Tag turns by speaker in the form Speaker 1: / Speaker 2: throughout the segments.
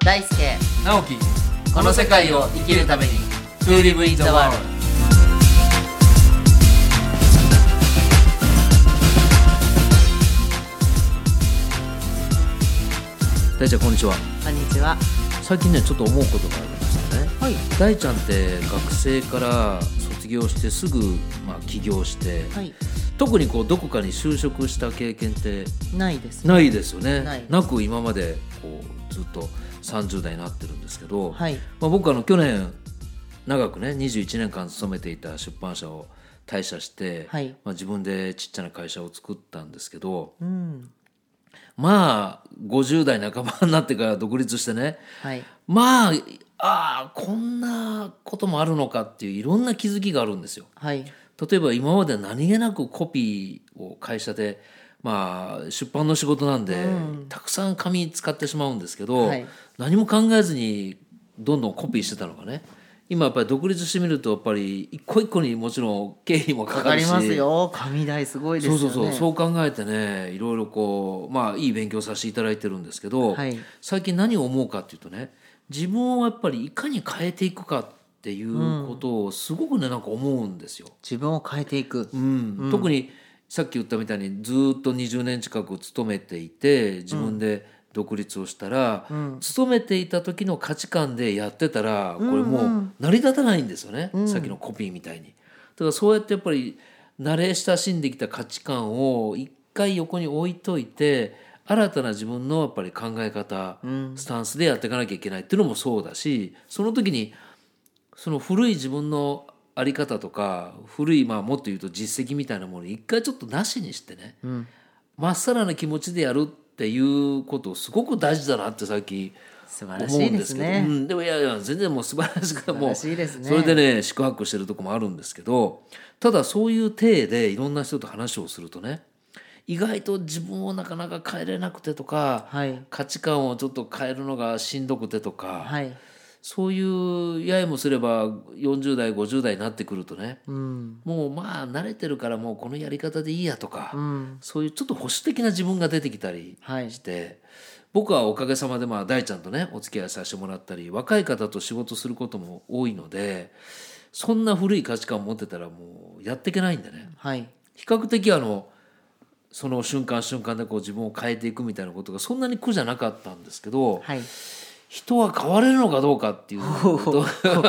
Speaker 1: 大輔
Speaker 2: 直樹
Speaker 1: この世界を生きるために
Speaker 2: To live in the world 大ちゃんこんにちは
Speaker 1: こんにちは
Speaker 2: 最近ねちょっと思うことがありましたね
Speaker 1: はい
Speaker 2: 大ちゃんって学生から卒業してすぐ、まあ、起業して、
Speaker 1: はい
Speaker 2: 特にこうどこかに就職した経験って
Speaker 1: ないですね
Speaker 2: ないですよね
Speaker 1: ない
Speaker 2: く今までこうずっと30代になってるんですけど、
Speaker 1: はい
Speaker 2: まあ、僕あの去年長くね21年間勤めていた出版社を退社して、
Speaker 1: はい
Speaker 2: まあ、自分でちっちゃな会社を作ったんですけど
Speaker 1: うん
Speaker 2: まあ50代半ばになってから独立してね
Speaker 1: はい
Speaker 2: まあああこんなこともあるのかっていういろんな気づきがあるんですよ。
Speaker 1: はい
Speaker 2: 例えば今まで何気なくコピーを会社で、まあ、出版の仕事なんで、たくさん紙使ってしまうんですけど、
Speaker 1: はい
Speaker 2: 何も考えずにどんどんコピーしてたのがね今やっぱり独立してみるとやっぱり一個一個にもちろん経費も
Speaker 1: わ
Speaker 2: かか
Speaker 1: か
Speaker 2: る
Speaker 1: り
Speaker 2: し
Speaker 1: ますよ紙代すごいですよ
Speaker 2: そう
Speaker 1: ね
Speaker 2: そうそうそう考えてねいろいろこうまあいい勉強させていただいてるんですけど、
Speaker 1: はい
Speaker 2: 最近何を思うかっていうとね自分をやっぱりいかに変えていくかっていうことをすごくねなんか思うんですよ。
Speaker 1: 自分を変えていく
Speaker 2: うん特にさっき言ったみたいにずーっと20年近く勤めていて自分で独立をしたら、勤めていた時の価値観でやってたらこれもう成り立たないんですよね、さっきのコピーみたいに。だからそうやってやっぱり慣れ親しんできた価値観を一回横に置いといて新たな自分のやっぱり考え方、スタンスでやっていかなきゃいけないっていうのもそうだしその時にその古い自分のあり方とか古いまあもっと言うと実績みたいなものを一回ちょっとなしにしてねま、っさらな気持ちでやるっていうことすごく大事だなって最近
Speaker 1: 素晴
Speaker 2: 思
Speaker 1: らし
Speaker 2: う
Speaker 1: い
Speaker 2: ん
Speaker 1: で
Speaker 2: です
Speaker 1: す
Speaker 2: けど
Speaker 1: ね
Speaker 2: うん、でもいやいや全然もう素晴らしく
Speaker 1: 素
Speaker 2: も
Speaker 1: 晴
Speaker 2: う
Speaker 1: らしいですね
Speaker 2: それでね宿泊してるとこもあるんですけどただそういう体でいろんな人と話をするとね意外と自分をなかなか変えれなくてとか、
Speaker 1: はい
Speaker 2: 価値観をちょっと変えるのがしんどくてとか、
Speaker 1: はい
Speaker 2: そういうややもすれば40代50代になってくるとね、
Speaker 1: うん
Speaker 2: もうまあ慣れてるからもうこのやり方でいいやとか、
Speaker 1: うん
Speaker 2: そういうちょっと保守的な自分が出てきたり
Speaker 1: はい
Speaker 2: して、僕はおかげさまでまあ大ちゃんとねお付き合いさせてもらったり若い方と仕事することも多いのでそんな古い価値観を持ってたらもうやっていけないんでね
Speaker 1: はい
Speaker 2: 比較的あのその瞬間瞬間でこう自分を変えていくみたいなことがそんなに苦じゃなかったんですけど
Speaker 1: はい
Speaker 2: 人は変われるのかどうかっていうこ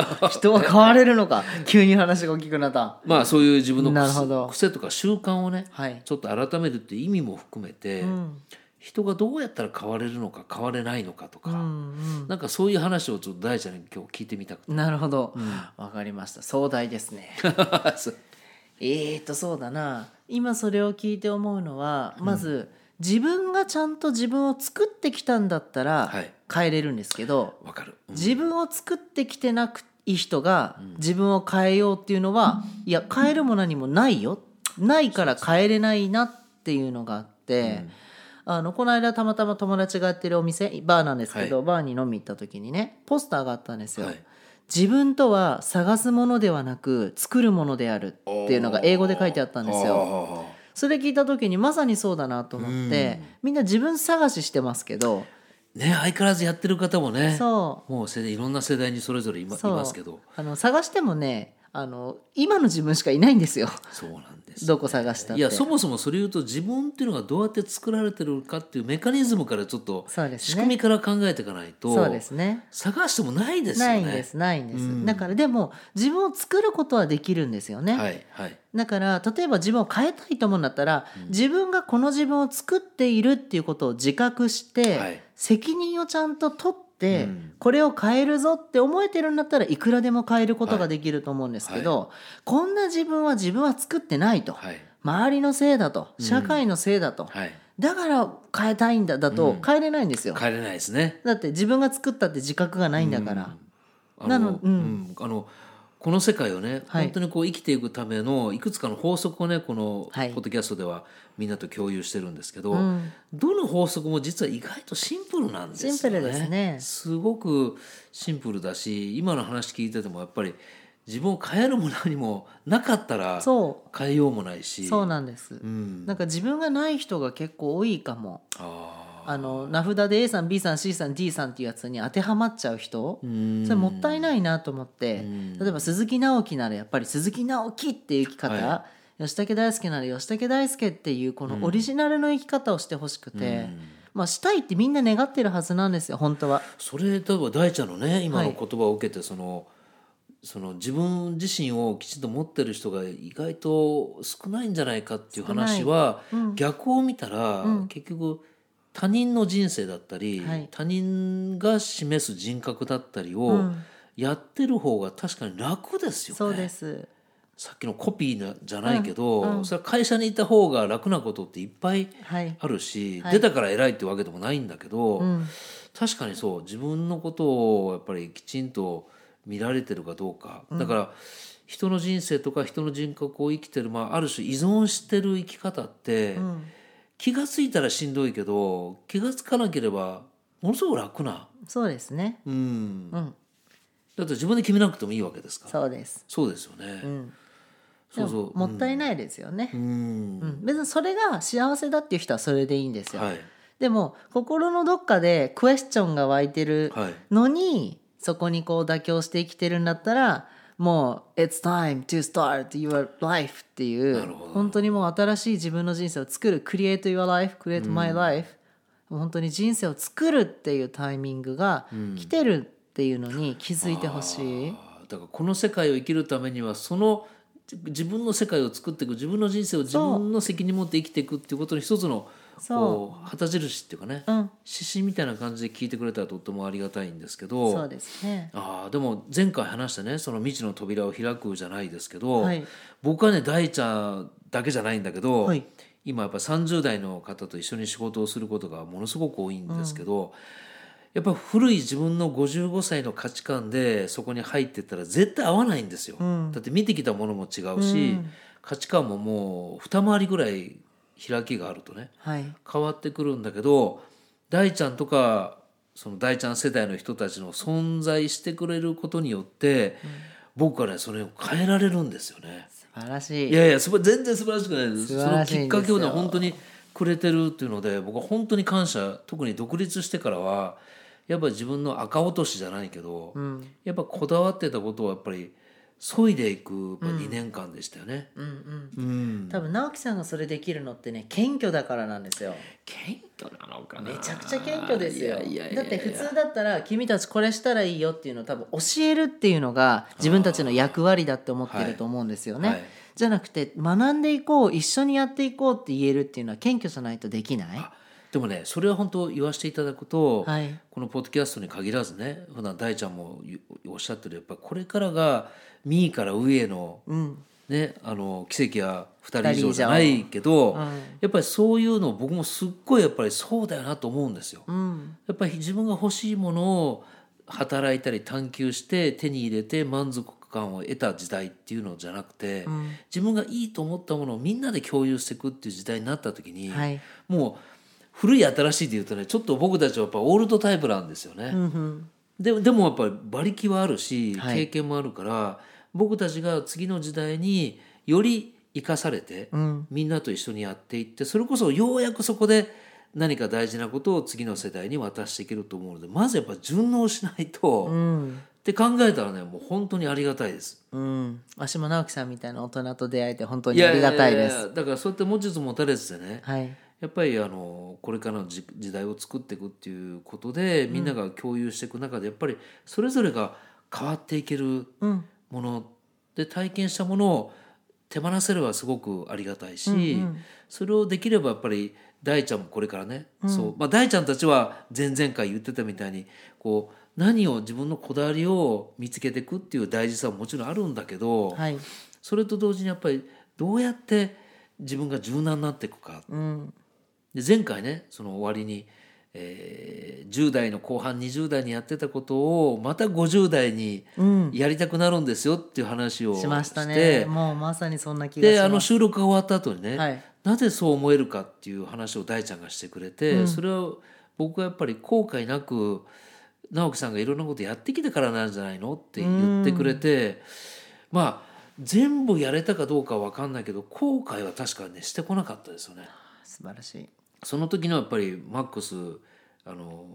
Speaker 2: と
Speaker 1: 人は変われるのか急に話が大きくなった
Speaker 2: まあそういう自分の
Speaker 1: なるほど
Speaker 2: 癖癖とか習慣をね、
Speaker 1: はい
Speaker 2: ちょっと改めるっていう意味も含めて、
Speaker 1: うん
Speaker 2: 人がどうやったら変われるのか変われないのかとか、
Speaker 1: うん
Speaker 2: なんかそういう話をちょっと大ちゃんに今日聞いてみたくて
Speaker 1: うんなるほどわかりました壮大ですねえーとそうだな今それを聞いて思うのは、まず自分がちゃんと自分を作ってきたんだったら
Speaker 2: はい
Speaker 1: 変えれるんですけど、
Speaker 2: わかる、うん
Speaker 1: 自分を作ってきてなくいい人が自分を変えようっていうのは、いや変えるも何もないよないから変えれないなっていうのがあって、あのこの間たまたま友達がやってるお店バーなんですけど、
Speaker 2: は
Speaker 1: バーに飲み行った時にねポスターがあったんですよ。
Speaker 2: はい
Speaker 1: 自分とは探すものではなく作るものであるっていうのが英語で書いてあったんですよ。
Speaker 2: よ
Speaker 1: それ聞いた時にまさにそうだなと思ってみんな自分探ししてますけど
Speaker 2: ね相変わらずやってる方もね
Speaker 1: そ
Speaker 2: もう世代いろんな世代にそれぞれい,、
Speaker 1: う
Speaker 2: ま、い
Speaker 1: そう
Speaker 2: ますけど
Speaker 1: あの探してもねあの今の自分しかいないんですよ
Speaker 2: そうなんです
Speaker 1: どこ探したっ
Speaker 2: い
Speaker 1: て
Speaker 2: や。そもそもそれ言うと自分っていうのがどうやって作られてるかっていうメカニズムからちょっと
Speaker 1: そうですね
Speaker 2: 仕組みから考えていかないと
Speaker 1: そうですね
Speaker 2: 探してもないですよ
Speaker 1: な
Speaker 2: ね。
Speaker 1: いんですないんです、
Speaker 2: うん
Speaker 1: だからでも自分を作ることはできるんですよね。
Speaker 2: はいはい。
Speaker 1: だから例えば自分を変えたいと思うんだったら、自分がこの自分を作っているっていうことを自覚して、
Speaker 2: はい
Speaker 1: 責任をちゃんと取って、
Speaker 2: うん
Speaker 1: これを変えるぞって思えてるんだったらいくらでも変えることができると思うんですけど、こんな自分は自分は作ってないと、
Speaker 2: はい
Speaker 1: 周りのせいだと社会のせいだと、
Speaker 2: はい。
Speaker 1: だから変えたいんだだと変えれないんですよ、
Speaker 2: 帰れないですね。
Speaker 1: だって自分が作ったって自覚がないんだから、
Speaker 2: あ
Speaker 1: なのうん
Speaker 2: うんあのこの世界をね、
Speaker 1: はい
Speaker 2: 本当にこう生きていくためのいくつかの法則をねこのポ
Speaker 1: はい
Speaker 2: ッドキャストではみんなと共有してるんですけど、
Speaker 1: うん
Speaker 2: どの法則も実は意外とシンプルなんですよね。
Speaker 1: シンプルですね
Speaker 2: すごくシンプルだし今の話聞いててもやっぱり自分を変えるも何もなかったら
Speaker 1: そ
Speaker 2: 変えようもないし
Speaker 1: うそうなんです、
Speaker 2: うん
Speaker 1: なんか自分がない人が結構多いかも。
Speaker 2: あ
Speaker 1: あの名札で A さん B さん C さん D さんっていうやつに当てはまっちゃう人
Speaker 2: うん
Speaker 1: それもったいないなと思って
Speaker 2: ん
Speaker 1: 例えば鈴木直樹ならやっぱり鈴木直樹っていう生き方、
Speaker 2: は
Speaker 1: 吉武大輔なら吉武大輔っていうこのオリジナルの生き方をしてほしくて、まあしたいってみんな願ってるはずなんですよ本当は。
Speaker 2: それ例えば大ちゃんのね今の
Speaker 1: はい
Speaker 2: 言葉を受けてその、その自分自身をきちんと持ってる人が意外と少ないんじゃないかっていう話は、逆を見たら、結局他人の人生だったり、
Speaker 1: はい
Speaker 2: 他人が示す人格だったりを、やってる方が確かに楽ですよね。
Speaker 1: そうです
Speaker 2: さっきのコピーなじゃないけど、それは会社にいた方が楽なことっていっぱい
Speaker 1: はい
Speaker 2: あるし、出たから偉いってわけでもないんだけど、確かにそう自分のことをやっぱりきちんと見られてるかどうか、だから人の人生とか人の人格を生きてる、まあ、ある種依存してる生き方って、気が付いたらしんどいけど気が付かなければものすごく楽な、
Speaker 1: そうですね
Speaker 2: うんだって自分で決めなくてもいいわけですから
Speaker 1: そうです。
Speaker 2: そうですよね、そうそ
Speaker 1: で
Speaker 2: う
Speaker 1: ももったいないですよね
Speaker 2: う、ん、
Speaker 1: うん別にそれが幸せだっていう人はそれでいいんですよ、
Speaker 2: はい
Speaker 1: でも心のどっかでクエスチョンが湧いてる
Speaker 2: はい
Speaker 1: のにそこにこう妥協して生きてるんだったらもう「It's time to start your life」ってい
Speaker 2: なる
Speaker 1: う
Speaker 2: ほど
Speaker 1: 本当にもう新しい自分の人生を作る「Create your life」「Create my life」本当に人生を作るっていうタイミングが来てるっていうのに気づいてほしい。
Speaker 2: あーだからこの世界を生きるためにはそのじ自分の世界を作っていく自分の人生を自分の責任持って生きていくっていうことの一つの
Speaker 1: そう
Speaker 2: こう旗印っていうかね、
Speaker 1: うん、
Speaker 2: 指針みたいな感じで聞いてくれたらとってもありがたいんですけど
Speaker 1: そうですね。
Speaker 2: あーでも前回話したねその未知の扉を開くじゃないですけど、
Speaker 1: はい
Speaker 2: 僕はね大ちゃんだけじゃないんだけど、
Speaker 1: はい
Speaker 2: 今やっぱ30代の方と一緒に仕事をすることがものすごく多いんですけど、やっぱ古い自分の55歳の価値観でそこに入ってったら絶対合わないんですよ、だって見てきたものも違うし、価値観ももう二回りぐらい開きがあるとね、
Speaker 1: はい、
Speaker 2: 変わってくるんだけど大ちゃんとかその大ちゃん世代の人たちの存在してくれることによって、僕はねそれを変えられるんですよね。
Speaker 1: 素晴らし
Speaker 2: い
Speaker 1: い。
Speaker 2: やいやすば全然素晴らしくないです
Speaker 1: 素
Speaker 2: そ
Speaker 1: 晴
Speaker 2: の
Speaker 1: らし
Speaker 2: き
Speaker 1: い
Speaker 2: っ
Speaker 1: ん
Speaker 2: か
Speaker 1: で
Speaker 2: け
Speaker 1: す
Speaker 2: を
Speaker 1: よ
Speaker 2: ね本当にくれてるっていうので僕は本当に感謝特に独立してからはやっぱり自分の赤落としじゃないけど、やっぱこだわってたことをやっぱり削いでいくやっぱ2年間でしたよね。
Speaker 1: うんうん、
Speaker 2: うん
Speaker 1: 多分直樹さんがそれできるのってね謙虚だからなんですよ。
Speaker 2: 謙虚なのかな
Speaker 1: めちゃくちゃ謙虚ですよ
Speaker 2: いやいやいやいや
Speaker 1: だって普通だったら君たちこれしたらいいよっていうのを多分教えるっていうのが自分たちの役割だって思ってると思うんですよね、
Speaker 2: はい
Speaker 1: じゃなくて学んでいこう一緒にやっていこうって言えるっていうのは謙虚じゃないとできない
Speaker 2: でもねそれは本当言わせていただくと、
Speaker 1: はい
Speaker 2: このポッドキャストに限らずね普段大ちゃんもゆおっしゃってるやっぱこれからがミーから上への、ね、あの奇跡や2人以上じゃないけど、やっぱりそういうのを僕もすっごいやっぱりそうだよなと思うんですよ。やっぱり自分が欲しいものを働いたり探求して手に入れて満足感を得た時代っていうのじゃなくて、自分がいいと思ったものをみんなで共有していくっていう時代になった時に、
Speaker 1: はい
Speaker 2: もう古い新しいで言うとねちょっと僕たちはやっぱオールドタイプなんですよね。ででもやっぱり馬力はあるし、
Speaker 1: はい
Speaker 2: 経験もあるから僕たちが次の時代により生かされて、みんなと一緒にやっていってそれこそようやくそこで何か大事なことを次の世代に渡していけると思うのでまずやっぱ順応しないと、って考えたらねもう本当にありがたいです。
Speaker 1: うん私も直樹さんみたいな大人と出会えて本当にありがたいです
Speaker 2: やややだからそうやって持ちつ持たれつでね、
Speaker 1: はい
Speaker 2: やっぱりあのこれからの時時代を作っていくっていうことでみんなが共有していく中でやっぱりそれぞれが変わっていけるもので体験したものを手放せればすごくありがたいし、それをできればやっぱり大ちゃんもこれからね、そうまあ、大ちゃんたちは前々回言ってたみたいにこう何を自分のこだわりを見つけていくっていう大事さももちろんあるんだけど、
Speaker 1: はい
Speaker 2: それと同時にやっぱりどうやって自分が柔軟になっていくか、で前回ねその終わりに、えー10代の後半20代にやってたことをまた50代にやりたくなるんですよっていう話をして,、
Speaker 1: しましたねもうまさにそんな気がし
Speaker 2: で
Speaker 1: ます
Speaker 2: あの収録が終わった後にね、
Speaker 1: はい
Speaker 2: なぜそう思えるかっていう話を大ちゃんがしてくれて、それは僕はやっぱり後悔なく直樹さんがいろんなことやってきてからなんじゃないのって言ってくれて、まあ全部やれたかどうかは分かんないけど後悔は確かにねしてこなかったですよね。
Speaker 1: 素晴らしい
Speaker 2: その時のやっぱりマックスあの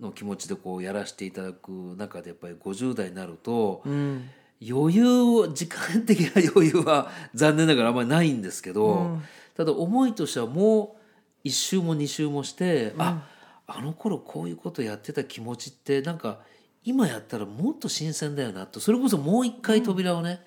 Speaker 2: の気持ちでこうやらせていただく中でやっぱり50代になると、
Speaker 1: うん
Speaker 2: 余裕を時間的な余裕は残念ながらあんまりないんですけど、ただ思いとしてはもう1周も2周もして、ああの頃こういうことやってた気持ちってなんか今やったらもっと新鮮だよなとそれこそもう一回扉をね、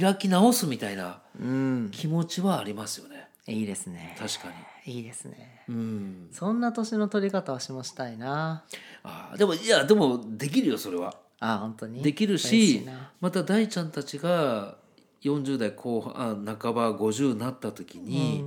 Speaker 2: 開き直すみたいな
Speaker 1: うん
Speaker 2: 気持ちはありますよね
Speaker 1: いいですね
Speaker 2: 確か
Speaker 1: いいですね
Speaker 2: に。うん
Speaker 1: そんな年の取り方をしもしたいな
Speaker 2: あーでもいやでもできるよそれは。
Speaker 1: あ本当に
Speaker 2: できる
Speaker 1: 嬉
Speaker 2: し
Speaker 1: いな
Speaker 2: また大ちゃんたちが40代後半あ半ば50になった時に、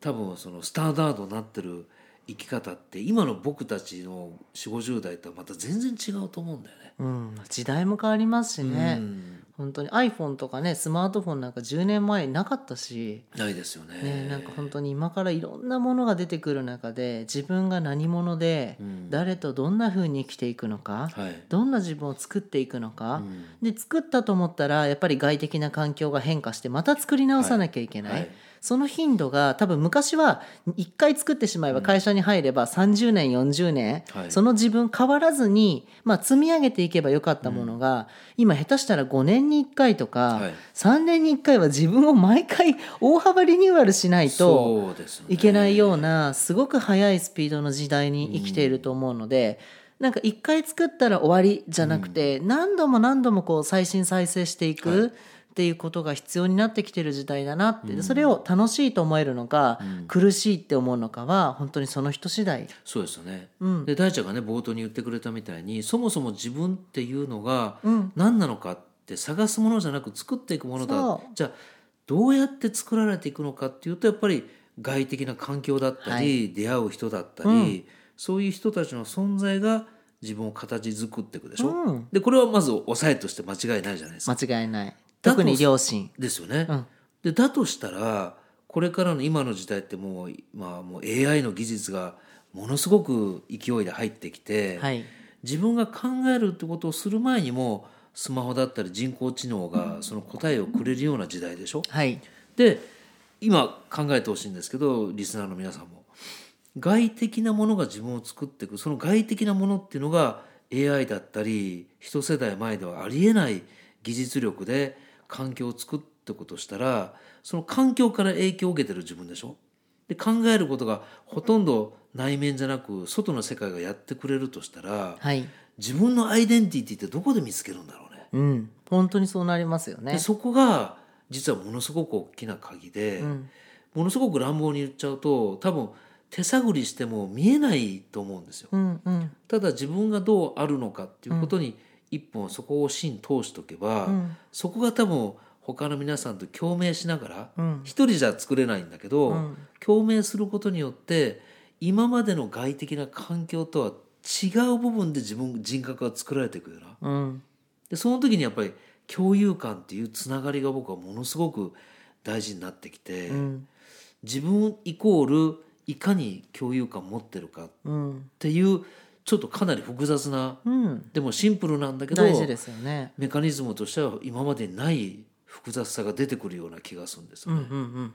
Speaker 2: 多分そのスタンダードになってる生き方って今の僕たちの4 5 0代とはまた全然違うと思うんだよね。
Speaker 1: うん時代も変わりますしね、
Speaker 2: うん
Speaker 1: 本当に iPhone とかねスマートフォンなんか10年前なかったし、
Speaker 2: ないですよね。
Speaker 1: ね、なんか本当に今からいろんなものが出てくる中で自分が何者で、
Speaker 2: うん
Speaker 1: 誰とどんな風に生きていくのか、
Speaker 2: はい、
Speaker 1: どんな自分を作っていくのか
Speaker 2: う、ん
Speaker 1: で作ったと思ったらやっぱり外的な環境が変化してまた作り直さなきゃいけない、
Speaker 2: はいはい
Speaker 1: その頻度が多分昔は1回作ってしまえば会社に入れば30年40年、
Speaker 2: はい
Speaker 1: その自分変わらずに、まあ、積み上げていけばよかったものが、今下手したら5年に1回とか、
Speaker 2: はい
Speaker 1: 3年に1回は自分を毎回大幅リニューアルしないと。
Speaker 2: そうですよね
Speaker 1: いけないようなすごく速いスピードの時代に生きていると思うので、なんか一回作ったら終わりじゃなくて、何度も何度もこう再新再生していくっていうことが必要になってきてる時代だなって、でそれを楽しいと思えるのか、苦しいって思うのかは本当にその人次第。
Speaker 2: そうですよね、で大ちゃんがね冒頭に言ってくれたみたいにそもそも自分っていうのが何なのかって探すものじゃなく作っていくものだ
Speaker 1: そ
Speaker 2: じゃあどうやって作られていくのかっていうとやっぱり外的な環境だったり、
Speaker 1: は
Speaker 2: 出会う人だったり、そういう人たちの存在が自分を形作っていくでしょ、
Speaker 1: うん
Speaker 2: でこれはまず押さえとして間違いないじゃないですか。
Speaker 1: 間違いない
Speaker 2: だと
Speaker 1: 特に両親
Speaker 2: ですよね。
Speaker 1: うん
Speaker 2: でだとしたらこれからの今の時代ってもう,、まあ、もう AI の技術がものすごく勢いで入ってきて、
Speaker 1: はい
Speaker 2: 自分が考えるってことをする前にもスマホだったり人工知能がその答えをくれるような時代でしょ。
Speaker 1: はい
Speaker 2: で今考えてほしいんですけどリスナーの皆さんも外的なものが自分を作っていくその外的なものっていうのが AI だったり一世代前ではありえない技術力で環境を作ってことしたらその環境から影響を受けてる自分でしょで考えることがほとんど内面じゃなく外の世界がやってくれるとしたら
Speaker 1: はい
Speaker 2: 自分のアイデンティティってどこで見つけるんだろうね。
Speaker 1: うん本当にそうなりますよ
Speaker 2: で
Speaker 1: ね
Speaker 2: そこが実はものすごく大きな鍵で、ものすごく乱暴に言っちゃうと多分手探りしても見えないと思うんですよ。
Speaker 1: うんうん
Speaker 2: ただ自分がどうあるのかっていうことに一本そこを芯通しとけば、そこが多分他の皆さんと共鳴しながら、
Speaker 1: うん
Speaker 2: 一人じゃ作れないんだけど、
Speaker 1: うん
Speaker 2: 共鳴することによって今までの外的な環境とは違う部分で自分人格が作られていくような
Speaker 1: うん
Speaker 2: でその時にやっぱり共有感っていうつながりが僕はものすごく大事になってきて、
Speaker 1: うん
Speaker 2: 自分イコールいかに共有感持ってるかっ
Speaker 1: うん
Speaker 2: ていうちょっとかなり複雑な
Speaker 1: うん
Speaker 2: でもシンプルなんだけど
Speaker 1: 大事ですよね
Speaker 2: メカニズムとしては今までにない複雑さが出てくるような気がするんですよね。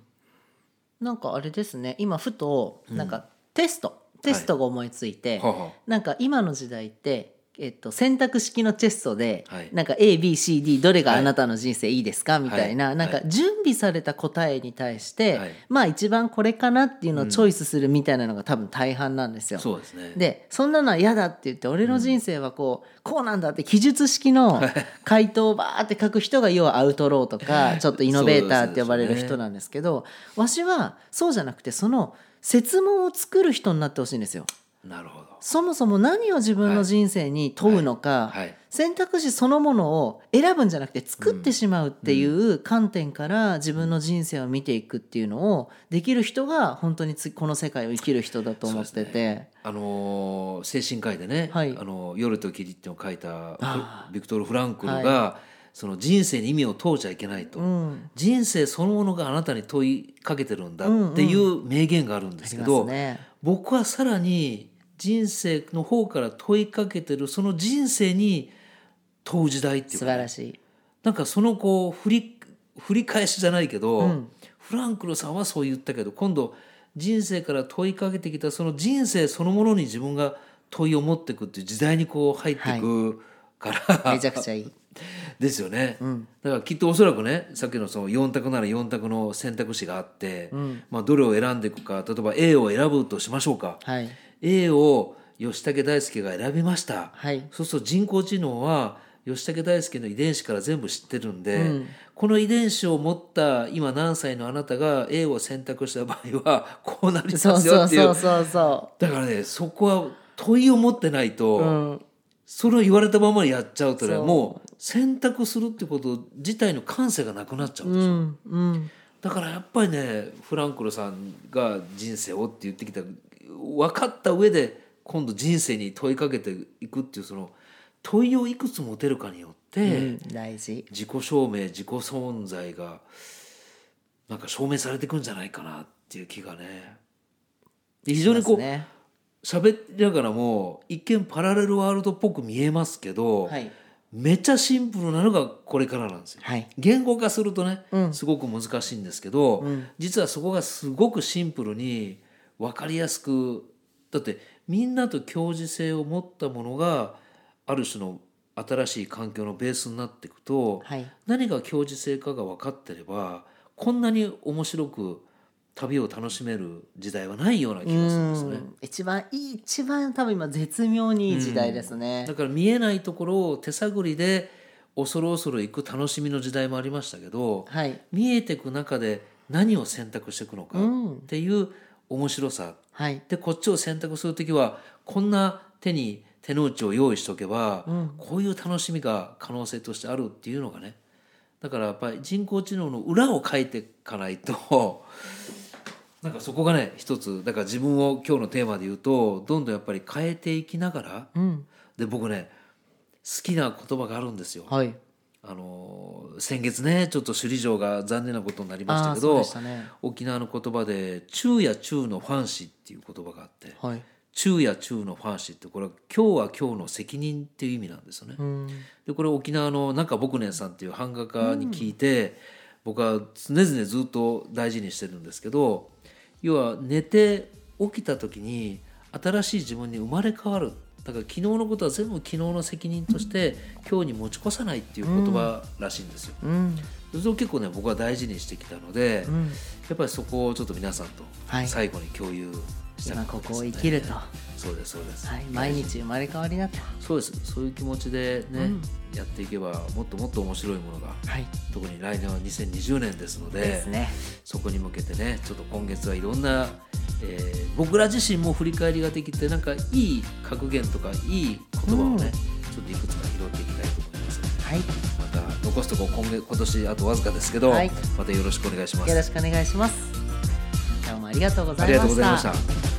Speaker 1: なんかあれですね今ふとなんかテスト、テストが思いついて、
Speaker 2: はは
Speaker 1: なんか今の時代って、えっと、選択式のテストで、
Speaker 2: はい
Speaker 1: なんか ABCD どれがあなたの人生いいですか、みたいな、
Speaker 2: はい
Speaker 1: なんか準備された答えに対して、
Speaker 2: はい
Speaker 1: まあ一番これかなっていうのをチョイスするみたいなのが多分大半なんですよ。
Speaker 2: そうですね。
Speaker 1: でそんなのは嫌だって言って俺の人生はこう、こうなんだって記述式の 回答をバーって書く人が要はアウトローとかちょっとイノベーターって呼ばれる人なんですけどわしはそうじゃなくてその設問を作る人になってほしいんですよ。
Speaker 2: なるほど。
Speaker 1: そもそも何を自分の人生に問うのか、
Speaker 2: はい。
Speaker 1: 選択肢そのものを選ぶんじゃなくて作ってしまうっていう観点から自分の人生を見ていくっていうのをできる人が本当につこの世界を生きる人だと思って
Speaker 2: そう
Speaker 1: て。
Speaker 2: あのー精神科医でね「
Speaker 1: はい
Speaker 2: あのー夜と霧」っていうのを書い
Speaker 1: あ
Speaker 2: た
Speaker 1: ー
Speaker 2: ビクトル・フランクルが、その人生に意味を問うちゃいけないと、
Speaker 1: うん
Speaker 2: 人生そのものがあなたに問いかけてるんだっていう名言があるんですけ
Speaker 1: あ
Speaker 2: ど、
Speaker 1: りますね
Speaker 2: 僕はさらに人生の方から問いかけてるその人生に問う時代って
Speaker 1: 素
Speaker 2: いうか
Speaker 1: 晴らしい
Speaker 2: なんかそのこう振り振り返しじゃないけど、
Speaker 1: うん
Speaker 2: フランクルさんはそう言ったけど今度人生から問いかけてきたその人生そのものに自分が問いを持っていくっていう時代にこう入っていくから、
Speaker 1: めちゃくちゃいい。
Speaker 2: ですよね、だからきっとおそらくねさっきのその4択なら4択の選択肢があって、まあ、どれを選んでいくか例えば A を選ぶとしましょうか、
Speaker 1: はい
Speaker 2: A を吉武大輔が選びました、
Speaker 1: はい
Speaker 2: そうすると人工知能は吉武大輔の遺伝子から全部知ってるんで、この遺伝子を持った今何歳のあなたが A を選択した場合はこうなります
Speaker 1: そう
Speaker 2: よ
Speaker 1: そう
Speaker 2: っていう
Speaker 1: そうそうそ
Speaker 2: だからねそこは問いを持ってないと、
Speaker 1: う。うん。
Speaker 2: それを言われたままやっちゃうとね
Speaker 1: そう
Speaker 2: もう選択するってこと自体の感性がなくなっちゃうんです
Speaker 1: う
Speaker 2: よ、
Speaker 1: んうん。
Speaker 2: だからやっぱりねフランクルさんが人生をって言ってきた分かった上で今度人生に問いかけていくっていうその問いをいくつ持てるかによって、
Speaker 1: うん大事。
Speaker 2: 自己証明自己存在がなんか証明されていくんじゃないかなっていう気がねで非常に
Speaker 1: そ
Speaker 2: こう
Speaker 1: うですね
Speaker 2: 喋りながらも一見パラレルワールドっぽく見えますけど、
Speaker 1: はい
Speaker 2: めちゃシンプルなのがこれからなんですよ。
Speaker 1: はい
Speaker 2: 言語化するとね、すごく難しいんですけど、実はそこがすごくシンプルに分かりやすくだってみんなと共時性を持ったものがある種の新しい環境のベースになっていくと、
Speaker 1: はい
Speaker 2: 何が共時性かが分かってればこんなに面白く旅を楽しめる時代はないような気がするんですね。
Speaker 1: うん一番いい一番多分今絶妙にいい時代ですね
Speaker 2: だ。から見えないところを手探りで恐る恐る行く楽しみの時代もありましたけど、
Speaker 1: はい
Speaker 2: 見えてく中で何を選択していくのかっていう面白さ、
Speaker 1: はい
Speaker 2: でこっちを選択する時はこんな手に手の内を用意しとけば、こういう楽しみが可能性としてあるっていうのがねだからやっぱり人工知能の裏を書いていかないとなんかそこがね一つだから自分を今日のテーマで言うとどんどんやっぱり変えていきながら、で僕ね好きな言葉があるんですよ。
Speaker 1: はい。
Speaker 2: あの先月ねちょっと首里城が残念なことになりました
Speaker 1: ああ
Speaker 2: け
Speaker 1: ーそう
Speaker 2: ど
Speaker 1: でしたね。
Speaker 2: 沖縄の言葉で「昼夜昼のファンシー」っていう言葉があって
Speaker 1: はい。
Speaker 2: 「昼夜昼のファンシー」ってこれは今日は今日の責任っていう意味なんですよね。
Speaker 1: うん
Speaker 2: でこれ沖縄の中牧年さんっていう版画家に聞いて、僕は常々ずっと大事にしてるんですけど要は寝て起きた時に新しい自分に生まれ変わるだから昨日のことは全部昨日の責任として今日に持ち越さないっていう言葉らしいんですよ。
Speaker 1: うん
Speaker 2: それを結構ね僕は大事にしてきたので、
Speaker 1: うん。
Speaker 2: やっぱりそこをちょっと皆さんと
Speaker 1: はい
Speaker 2: 最後に共有した
Speaker 1: 今
Speaker 2: か
Speaker 1: こ
Speaker 2: った
Speaker 1: こを
Speaker 2: です
Speaker 1: 生
Speaker 2: ね
Speaker 1: きると。は
Speaker 2: そうですそうです、
Speaker 1: い毎日生まれ変わりだと。
Speaker 2: そうですそういう気持ちでね、やっていけばもっともっと面白いものが
Speaker 1: はい。
Speaker 2: 特に来年は2020年ですので
Speaker 1: ですね。
Speaker 2: そこに向けてねちょっと今月はいろんな、えー僕ら自身も振り返りができてなんかいい格言とかいい言葉をね、ちょっといくつか拾っていきたいと思います
Speaker 1: はい。
Speaker 2: また残すとこ今月今年あとわずかですけど、
Speaker 1: はい
Speaker 2: またよろしくお願いしま
Speaker 1: よろ
Speaker 2: す
Speaker 1: しくお願いします。どうもありがとうござ
Speaker 2: あ
Speaker 1: いました。
Speaker 2: りがとうございました